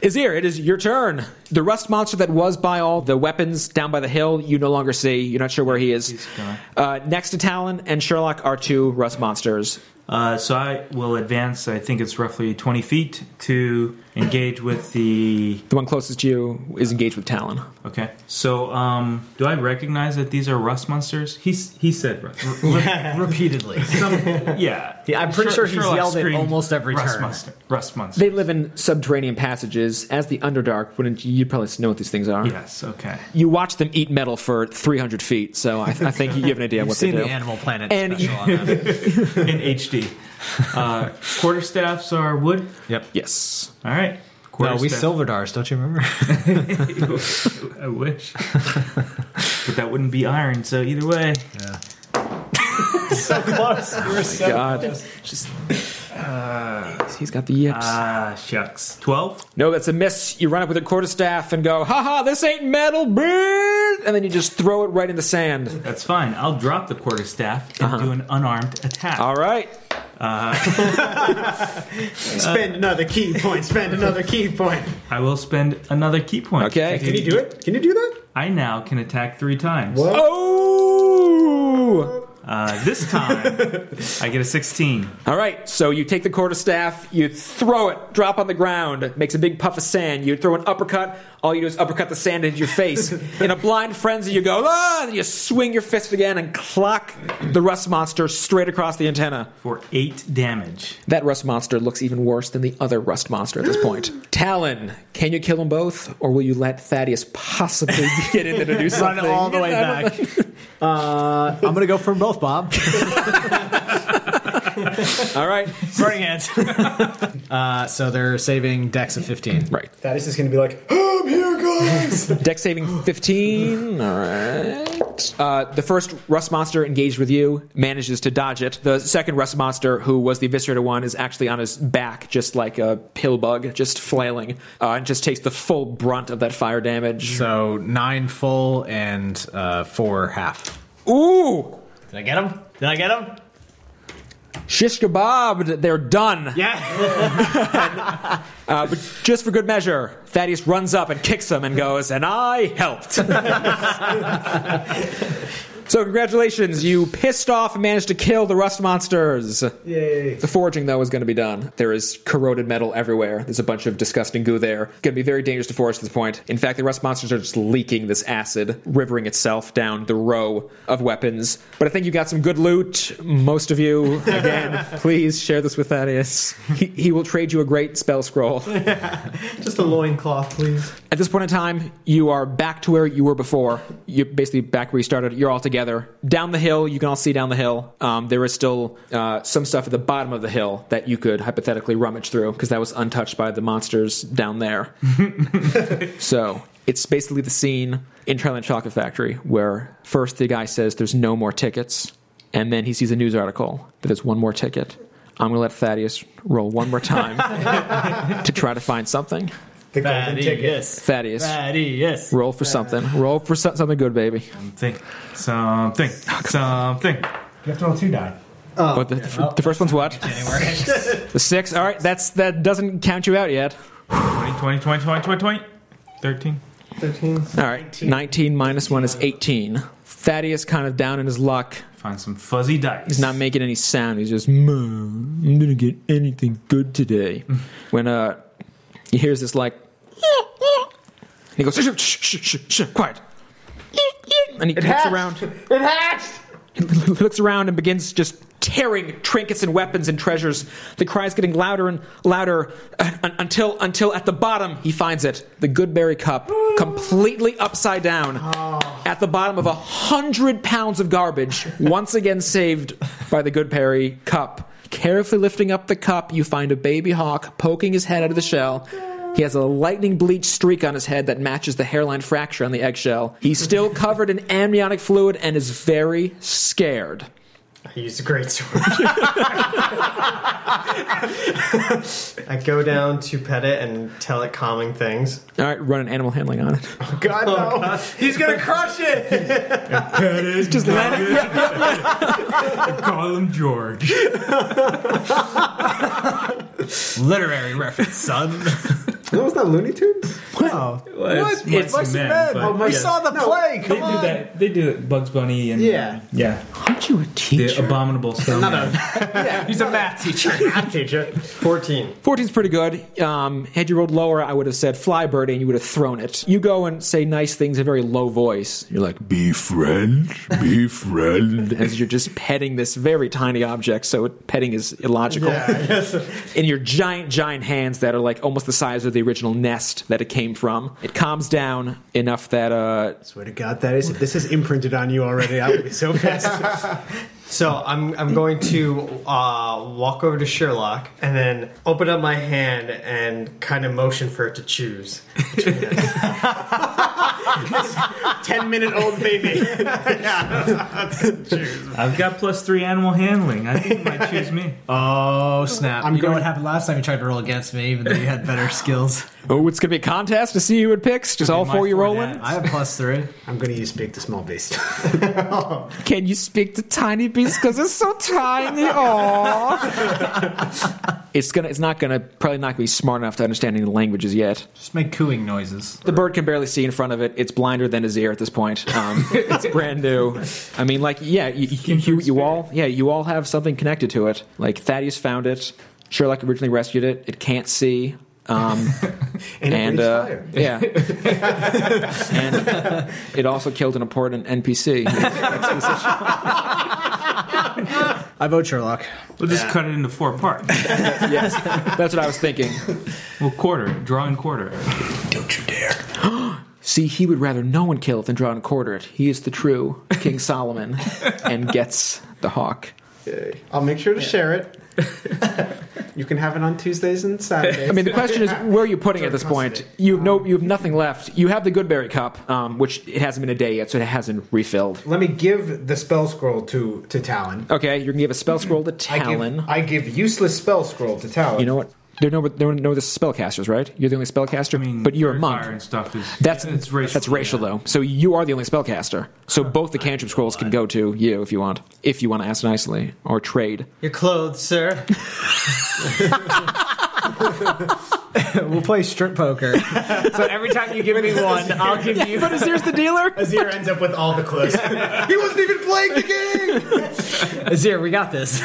Azir, it is your turn. The rust monster that was by all the weapons down by the hill, you no longer see. You're not sure where he is.
gone.
Uh, next to Talon and Sherlock are two rust monsters.
Uh, so I will advance. I think it's roughly twenty feet to engage with the.
The one closest to you is engaged with Talon.
Okay. So um, do I recognize that these are rust monsters? He s- he said rust.
*laughs*
repeatedly.
Some, yeah.
Yeah, I'm pretty sure he's
Sherlock
yelled it
screamed,
almost every
rust
turn."
Monster, rust monster.
They live in subterranean passages. As the Underdark, wouldn't you probably know what these things are?
yes. Okay.
You watch them eat metal for 300 feet, so I, I think you have an idea of what
Seen
they do.
the Animal Planet
And
special
you-
on that.
In HD. Uh, quarter staffs are wood.
yes.
All right.
*laughs* No, we
Quarterstaff-
Silverdars, don't you remember?
I wish. but that wouldn't be iron. So either way.
God. Just, he's got the yips.
Ah, shucks. Twelve.
No, that's a miss. You run up with a quarterstaff and go, "Ha ha! this ain't metal, bird! And then you just throw it right in the sand.
That's fine. I'll drop the quarter staff and
Uh-huh.
do an unarmed attack.
All right.
Spend another key point. Spend another key point.
I will spend another key point.
Okay.
Can you do it? Can you do that?
I now can attack three times.
Oh!
Uh, this time, I get a 16.
All right, so you take the quarterstaff, you throw it, drop on the ground, it makes a big puff of sand. You throw an uppercut, all you do is uppercut the sand into your face. in a blind frenzy, you go, ah! And you swing your fist again and clock the rust monster straight across the antenna.
for eight damage.
That rust monster looks even worse than the other rust monster at this point. Talon, can you kill them both, or will you let Thaddeus possibly *laughs* get in there to do
*laughs* Run
something?
all the way back. Uh, I'm gonna go for 'em both, Bob. *laughs*
All right,
Burning hands. uh, so they're saving decks of 15.
right.
That is just gonna be like, I'm here, guys.
Deck saving fifteen. All right. Uh, the first rust monster engaged with you manages to dodge it. The second rust monster, who was the eviscerated one, is actually on his back, just like a pill bug, just flailing, uh, and just takes the full brunt of that fire damage.
So nine full and uh, four half.
Ooh,
Did I get him? Did I get him?
shish kebabbed. They're done.
Yeah.
Uh, but just for good measure, Thaddeus runs up and kicks him and goes, and I helped. *laughs* so, congratulations, you pissed off and managed to kill the rust monsters.
Yay.
The foraging, though, is going to be done. There is corroded metal everywhere. There's a bunch of disgusting goo there. It's going to be very dangerous to forage at this point. In fact, the rust monsters are just leaking this acid, rivering itself down the row of weapons. But I think you got some good loot, most of you. Again, *laughs* please share this with Thaddeus. He, he will trade you a great spell scroll.
*laughs* Just a loincloth, please.
At this point in time, you are back to where you were before. You're basically back where you started. You're all together. Down the hill, you can all see down the hill. Um, there is still uh, some stuff at the bottom of the hill that you could hypothetically rummage through because that was untouched by the monsters down there. so it's basically the scene in Trailer Chocolate Factory where first the guy says there's no more tickets, and then he sees a news article that there's one more ticket. I'm going to let Thaddeus roll one more time to try to find something.
The golden ticket.
Thaddeus.
Thaddeus.
Roll for something. Roll for so- something good, baby.
Something, something, something.
You have to roll two die.
Oh, the, the, the first one's what? *laughs* the six. All right, that's that doesn't count you out yet.
20, 20, 20, 20, 20, 20. 13.
13.
All right, nineteen minus one is eighteen. Thaddeus kind of down in his luck.
Find some fuzzy dice.
He's not making any sound. He's just, "Meh, I'm gonna get anything good today. when uh, he hears this like, and he goes, shh, shh, shh, shh, shh, quiet. And he looks around.
It hatched.
He *laughs* looks around and begins just tearing trinkets and weapons and treasures. The cries getting louder and louder uh, un- until until at the bottom he finds it. The Goodberry cup, completely upside down, at the bottom of a hundred pounds of garbage. once again saved by the Goodberry cup. Carefully lifting up the cup, you find a baby hawk poking his head out of the shell. He has a lightning bleach streak on his head that matches the hairline fracture on the eggshell. He's still covered in amniotic fluid and is very scared.
I used a great sword. *laughs* I go down to pet it and tell it calming things.
All right, run an animal handling on it.
God no.
He's gonna crush
*laughs*
it.
Just let it.
*laughs* Call
*laughs*
him George.
Literary reference, son.
That was not Looney Tunes.
Wow.
What?
It's-
Mice and Men, but
my-
yeah.
Oh, the play.
They do that. They do it. Bugs Bunny and
Yeah.
yeah.
Aren't you a
The
teacher?
abominable snowman.
He's a math teacher.
Ah, Teacher. Fourteen.
14's pretty good. Um, had you rolled lower, I would have said fly birdie and you would have thrown it. You go and say nice things in a very low voice. You're like,
Befriend, befriend.
*laughs* as you're just petting this very tiny object, so petting is illogical. *laughs* in your giant, giant hands that are like almost the size of the original nest that it came from. It calms down enough that uh,
Swear to God, that is. If this is imprinted on you already, I would be so *laughs* pissed.
So I'm I'm going to uh, walk over to Sherlock and then open up my hand and kind of motion for it to choose.
Ten minute old baby.
I've got plus three animal handling. I think it might choose
*laughs*
me.
Oh snap!
I'm
you know
going-
what happened last time you tried to roll against me, even though you had better *laughs* skills.
oh, it's gonna be a contest to see who it picks. Just all
My
four you rolling.
I have plus three.
I'm gonna use big to small beast.
Can you speak to tiny beasts because it's so tiny? Aww. it's gonna. It's not gonna. Probably not gonna be smart enough to understand any languages yet.
Just make cooing noises.
The bird can barely see in front of it. It's blinder than his ear at this point. Um, it's brand new. I mean, like, yeah, you, you, you, you all, yeah, you all have something connected to it. Like Thaddeus found it. Sherlock originally rescued it. It can't see. Um,
And, it
and
breathes
uh,
fire.
yeah, and it also killed an important NPC.
I vote Sherlock.
We'll just cut it into four parts.
yes, that's what I was thinking.
We'll quarter it. Draw and quarter it.
See, he would rather no one kill it than draw and quarter it. He is the true King Solomon and gets the hawk.
I'll make sure to share it. *laughs* you can have it on Tuesdays and Saturdays.
I mean, the question is, where are you putting it at this point? You have no, you have nothing left. You have the Goodberry cup, um, which it hasn't been a day yet, so it hasn't refilled.
let me give the spell scroll to to Talon.
Okay, you're gonna give a spell scroll to
I give-
Talon.
I give, useless spell scroll to Talon.
you know what? There are no, there are no other spellcasters, right? You're the only spellcaster,
I mean,
but you're a
fire
monk.
and stuff is
That's
it's racial.
That's racial though. So you are the only spellcaster. So both the cantrip scrolls can go to you if you want. If you want to ask nicely or trade.
Your clothes, sir.
We'll play strip poker. so every time you give me one, I'll give you.
But is there's the dealer?
Azir ends up with all the *laughs* clothes.
he wasn't even playing the game.
Azir, we got this.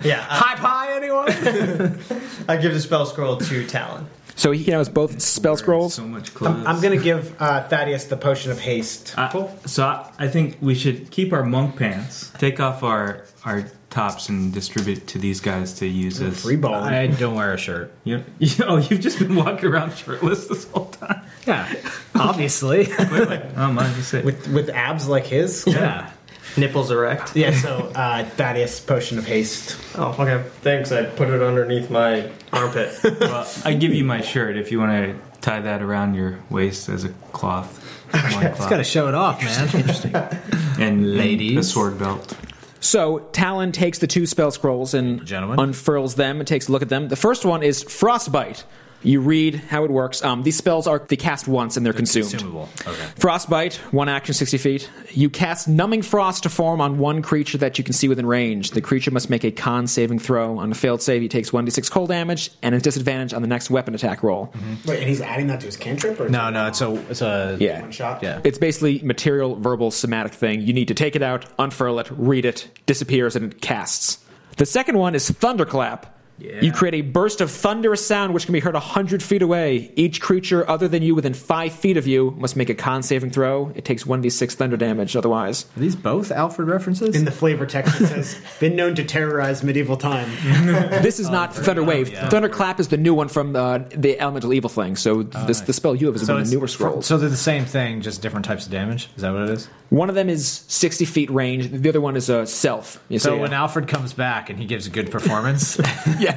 *laughs* yeah, uh, I,
High pie, anyone?
*laughs* I give the spell scroll to Talon.
So he knows both spell scrolls.
So much clothes.
I'm, I'm gonna give uh, Thaddeus the potion of haste.
I- so I, I think we should keep our monk pants, take off our our tops, and distribute it to these guys to use as.
Free ball.
don't wear a shirt.
*laughs* You, you- oh, you've just been walking around shirtless this whole time. *laughs*
Yeah, obviously.
Oh my, you say.
with with abs like his.
yeah.
Nipples erect.
yeah. So *laughs* uh, Thaddeus potion of haste.
Oh, okay. Thanks. I put it underneath my armpit.
Well, I give you my shirt if you want to tie that around your waist as a
*laughs*
cloth. loincloth.
Just gotta show it off, man.
*laughs* and
Ladies.
and a sword belt.
So Talon takes the two spell scrolls and
Gentlemen.
unfurls them and takes a look at them. The first one is Frostbite. You read how it works. Um, these spells are they cast once and they're consumed.
consumable. Okay.
Frostbite, one action, 60 feet. You cast Numbing Frost to form on one creature that you can see within range. The creature must make a con saving throw. On a failed save, he takes 1d6 cold damage and a disadvantage on the next weapon attack roll.
Wait, and he's adding that to his cantrip? Or
No, no, it's a it's a
Yeah.
One shot?
Yeah.
It's basically material, verbal, somatic thing. You need to take it out, unfurl it, read it, disappears, and it casts. The second one is thunderclap. You create a burst of thunderous sound which can be heard 100 feet away. Each creature other than you within 5 feet of you must make a con saving throw. It takes 1d6 thunder damage otherwise.
Are these both Alfred references?
In the flavor text, it *laughs* says, been known to terrorize medieval time.
This is not Thunder Wave. Thunderclap is the new one from uh, the Elemental Evil thing. So this, the spell you have is one of the newer scrolls.
so they're the same thing, just different types of damage. Is that what it is?
one of them is 60 feet range. The other one is a uh, self. You
So
see?
when Alfred comes back and he gives a good performance,
*laughs* yes.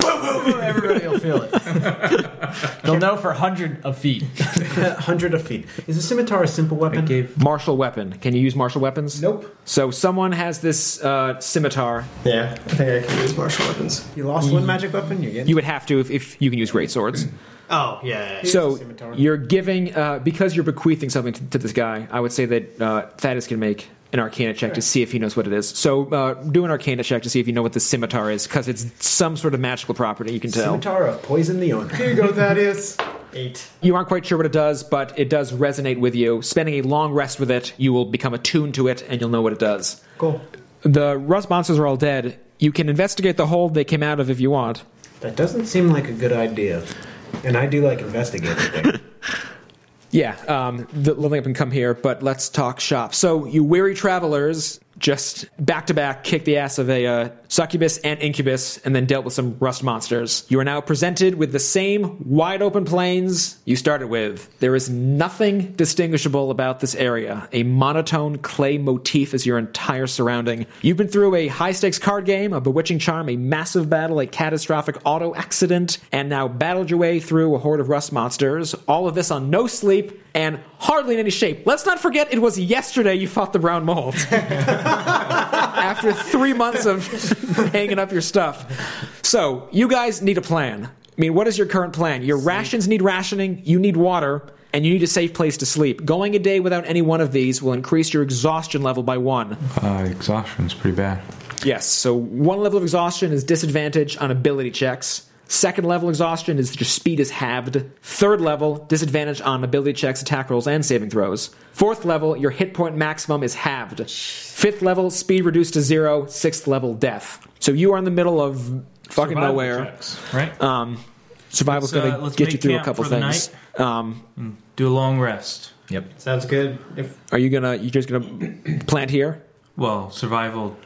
everybody will feel it. They'll know for hundred of feet.
100 of feet. Is a scimitar a simple weapon?
martial weapon. Can you use martial weapons?
Nope.
So someone has this uh, scimitar.
*laughs* Yeah, I think I can use martial weapons.
You lost one magic weapon, you're getting
You would have to if, if you can use great
*clears throat*
swords.
Oh yeah. yeah.
so
scimitar.
you're giving uh, because you're bequeathing something to, to this guy. I would say that uh, Thaddeus can make an Arcana check to see if he knows what it is. So uh, do an Arcana check to see if you know what the scimitar is because it's some sort of magical property. You can tell.
Scimitar of poison the owner. Here you go, Thaddeus.
Eight.
You aren't quite sure what it does, but it does resonate with you. Spending a long rest with it, you will become attuned to it, and you'll know what it does.
Cool.
The rust monsters are all dead. You can investigate the hole they came out of if you want.
That doesn't seem like a good idea. And I do like investigating things.
Yeah, um, the living up and come here, but let's talk shop. So, you weary travelers just back to back kick the ass of a uh, succubus and incubus, and then dealt with some rust monsters. You are now presented with the same wide open plains you started with. There is nothing distinguishable about this area. A monotone clay motif is your entire surrounding. You've been through a high stakes card game, a bewitching charm, a massive battle, a catastrophic auto accident, and now battled your way through a horde of rust monsters. All of this on no sleep and hardly in any shape. Let's not forget it was yesterday you fought the brown mold. After three months of *laughs* hanging up your stuff. So, you guys need a plan. I mean, what is your current plan? Your rations need rationing, you need water, and you need a safe place to sleep. Going a day without any one of these will increase your exhaustion level by one.
Uh, exhaustion's pretty bad.
Yes. So one level of exhaustion is disadvantage on ability checks. Second level exhaustion is your speed is halved. Third level, disadvantage on ability checks, attack rolls, and saving throws. Fourth level, your hit point maximum is halved. Fifth level, speed reduced to zero. Sixth level, death. So you are in the middle of fucking
Survival
nowhere.
checks, right?
Um, survival's
Let's, uh,
going to
let's
get you
make
through a
camp
couple
for the
things. Um,
Do a long rest.
Yep.
Sounds good. If
are you gonna? You just gonna plant here?
Well, survival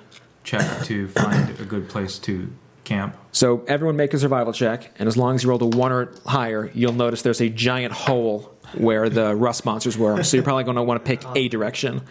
check to find a good place to camp.
So everyone make a survival check, and as long as you rolled a one or higher, you'll notice there's a giant hole where the rust monsters were. So you're probably going to want to pick a direction.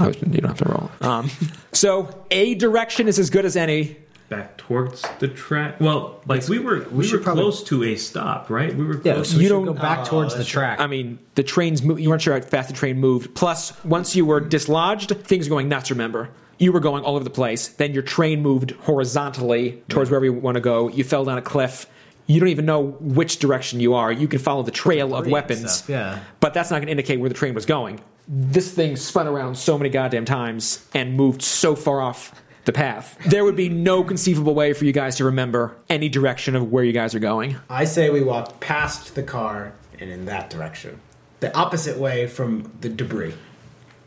Oh, you don't have to roll. Um, so a direction is as good as any.
Back towards the track. Well, like we were we, were close to a stop, right? We were
Yeah,
close.
Oh, so
you
you
don't-
don't go
Oh,
back towards the track.
I mean, the trains mo- you weren't sure how fast the train moved. Plus, once you were dislodged, things were going nuts. Remember, you were going all over the place. Then your train moved horizontally towards wherever you want to go. You fell down a cliff. You don't even know which direction you are. You can follow the trail of weapons.
stuff, yeah.
but that's not going to indicate where the train was going. This thing spun around so many goddamn times and moved so far off the path. There would be no conceivable way for you guys to remember any direction of where you guys are going.
I say we walk past the car and in that direction. The opposite way from the debris.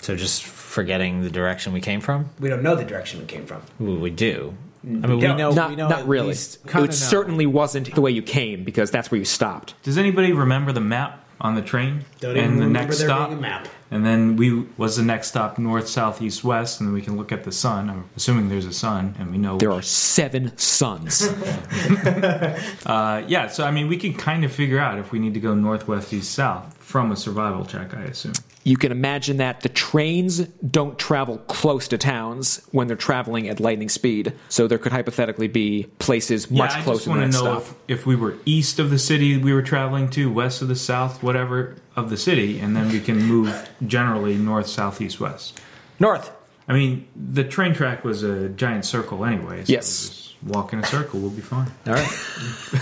So just forgetting the direction we came from.
We don't know the direction we came from.
We, we do. I mean, we
don't.
know.
Not,
Oh, we know
not
at
really.
least-
It certainly wasn't the way you came because that's where you stopped.
Does anybody remember the map on the train?
Don't even
and the
remember
next
there
stop.
being a map.
And then we was the next stop north, south, east, west, and then we can look at the sun. I'm assuming there's a sun, and we know
There are seven
*laughs*
suns.
Uh, yeah, so I mean, we can kind of figure out if we need to go northwest, east, south from a survival check, I assume.
you can imagine that the trains don't travel close to towns when they're traveling at lightning speed. So there could hypothetically be places much
yeah, I just
closer
want
than
to
that
know
stop.
if, if we were east of the city we were traveling to, west of the south, whatever of the city, and then we can move generally north, south, east, west.
North.
I mean, the train track was a giant circle anyway. So
Yes.
just walk in a circle, we'll be fine.
All right.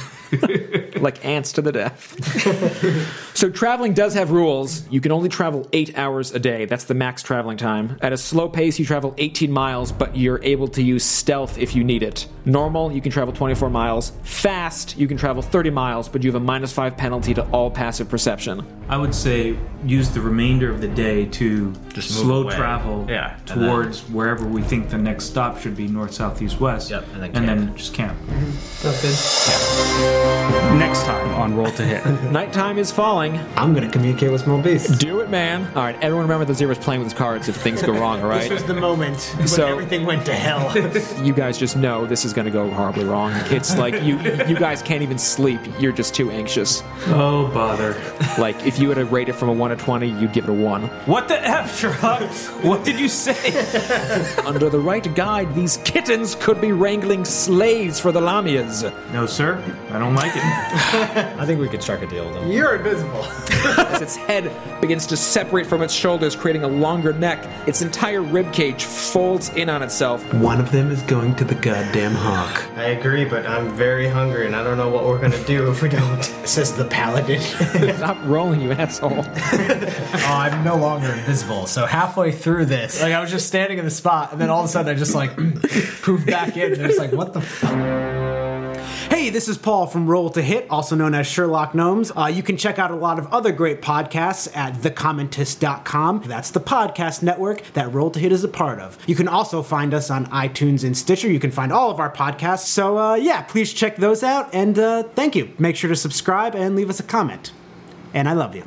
*laughs* like ants to the death. *laughs* so traveling does have rules. You can only travel eight hours a day. That's the max traveling time. At a slow pace, you travel 18 miles, but you're able to use stealth if you need it. Normal, you can travel 24 miles. Fast, you can travel 30 miles, but you have a minus five penalty to all passive perception.
I would say use the remainder of the day to
Just move
slow
away.
travel
Yeah, and then-
towards wherever we think the next stop should be north, south, east, west.
Yep, and then
just camp.
Next time on Roll to Hit.
Nighttime is falling.
I'm gonna communicate with small beasts.
Do it, man. All right, everyone remember that Zero's playing with his cards if things go wrong, all right?
This was the moment when
So-
everything went to hell.
you guys just know this is going to go horribly wrong. It's like you you guys can't even sleep. You're just too anxious.
*laughs* Oh bother!
Like if you were to rate it from a 1 to 20, you'd give it a 1.
What the F, Sherlock? what did you say?
Under the right guide, these kittens could be wrangling slaves for the lamias.
No, sir, I don't like it.
I think we could strike a deal
*laughs*
with them.
You're invisible.
As its head begins to separate from its shoulders, creating a longer neck, its entire rib cage folds in on itself.
*laughs* One of them is going to the goddamn hawk.
I agree, but I'm very hungry and I don't know what we're gonna do if we don't.
Says the paladin.
*laughs* Stop rolling, you asshole.
Oh, I'm no longer invisible. So halfway through this, like I was just standing in the spot, and then all of a sudden I just like *clears throat* poofed back in, and it's like, what the fuck?
Hey, this is Paul from Roll to Hit, also known as Sherlock Gnomes. Uh, you can check out a lot of other great podcasts at thecommentist.com. That's the podcast network that Roll to Hit is a part of. You can also find us on iTunes and Stitcher. You can find all of our podcasts. So, uh, yeah, please check those out. And uh, thank you. Make sure to subscribe and leave us a comment. And I love you.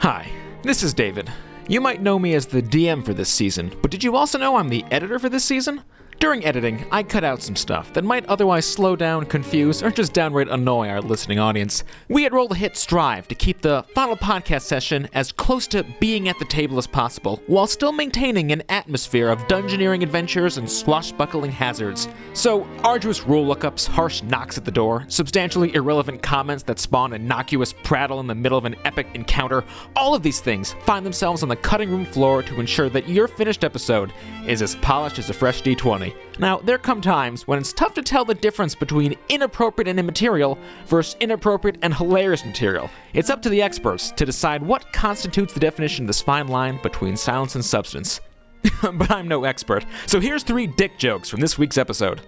Hi, this is David. You might know me as the DM for this season, but did you also know I'm the editor for this season? During editing, I cut out some stuff that might otherwise slow down, confuse, or just downright annoy our listening audience. We at Roll the Hit strive to keep the final podcast session as close to being at the table as possible, while still maintaining an atmosphere of dungeoneering adventures and swashbuckling hazards. So, arduous rule lookups, harsh knocks at the door, substantially irrelevant comments that spawn innocuous prattle in the middle of an epic encounter, all of these things find themselves on the cutting room floor to ensure that your finished episode is as polished as a fresh D20. Now, there come times when it's tough to tell the difference between inappropriate and immaterial versus inappropriate and hilarious material. It's up to the experts to decide what constitutes the definition of this fine line between silence and substance. *laughs* but I'm no expert, so here's three dick jokes from this week's episode.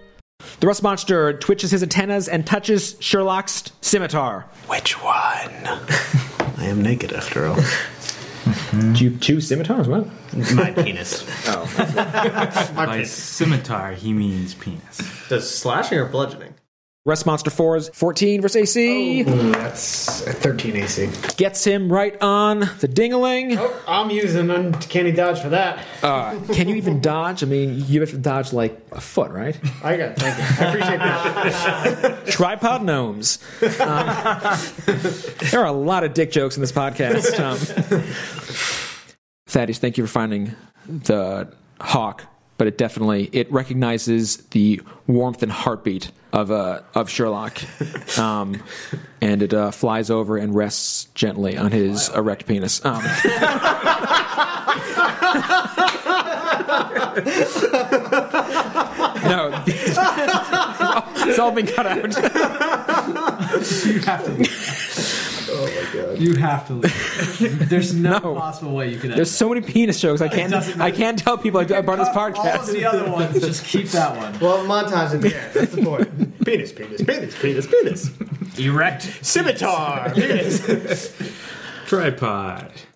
The Rust Monster twitches his antennas and touches Sherlock's scimitar.
Which one? *laughs* I am naked after all.
*laughs* Do you two scimitars? What?
My penis.
By scimitar, he means penis.
Does slashing or bludgeoning?
Rust Monster 4's 14 versus AC.
Oh, That's uh, a 13 AC.
Gets him right on the dingaling.
I'm using Uncanny Dodge for that.
Uh, can you even dodge? I mean, you have to dodge like a foot, right?
I got it. Thank you. I appreciate that.
Tripod gnomes. Um, there are a lot of dick jokes in this podcast. Tom. Thaddeus, thank you for finding the hawk, but it definitely it recognizes the warmth and heartbeat of uh, of Sherlock, um, and it uh, flies over and rests gently on his erect penis. Um, no, it's all been cut out.
*laughs* You have to. Leave. Oh my god. You have to leave. There's no,
No.
possible way you can.
There's so many penis jokes. I can't.
doesn't
I can't tell people I, I brought this
All of
podcast.
the other ones, just keep that one.
Well, montage in the air. That's the *laughs* point. penis, penis, penis, penis, penis.
Erect
Scimitar.
*laughs* tripod.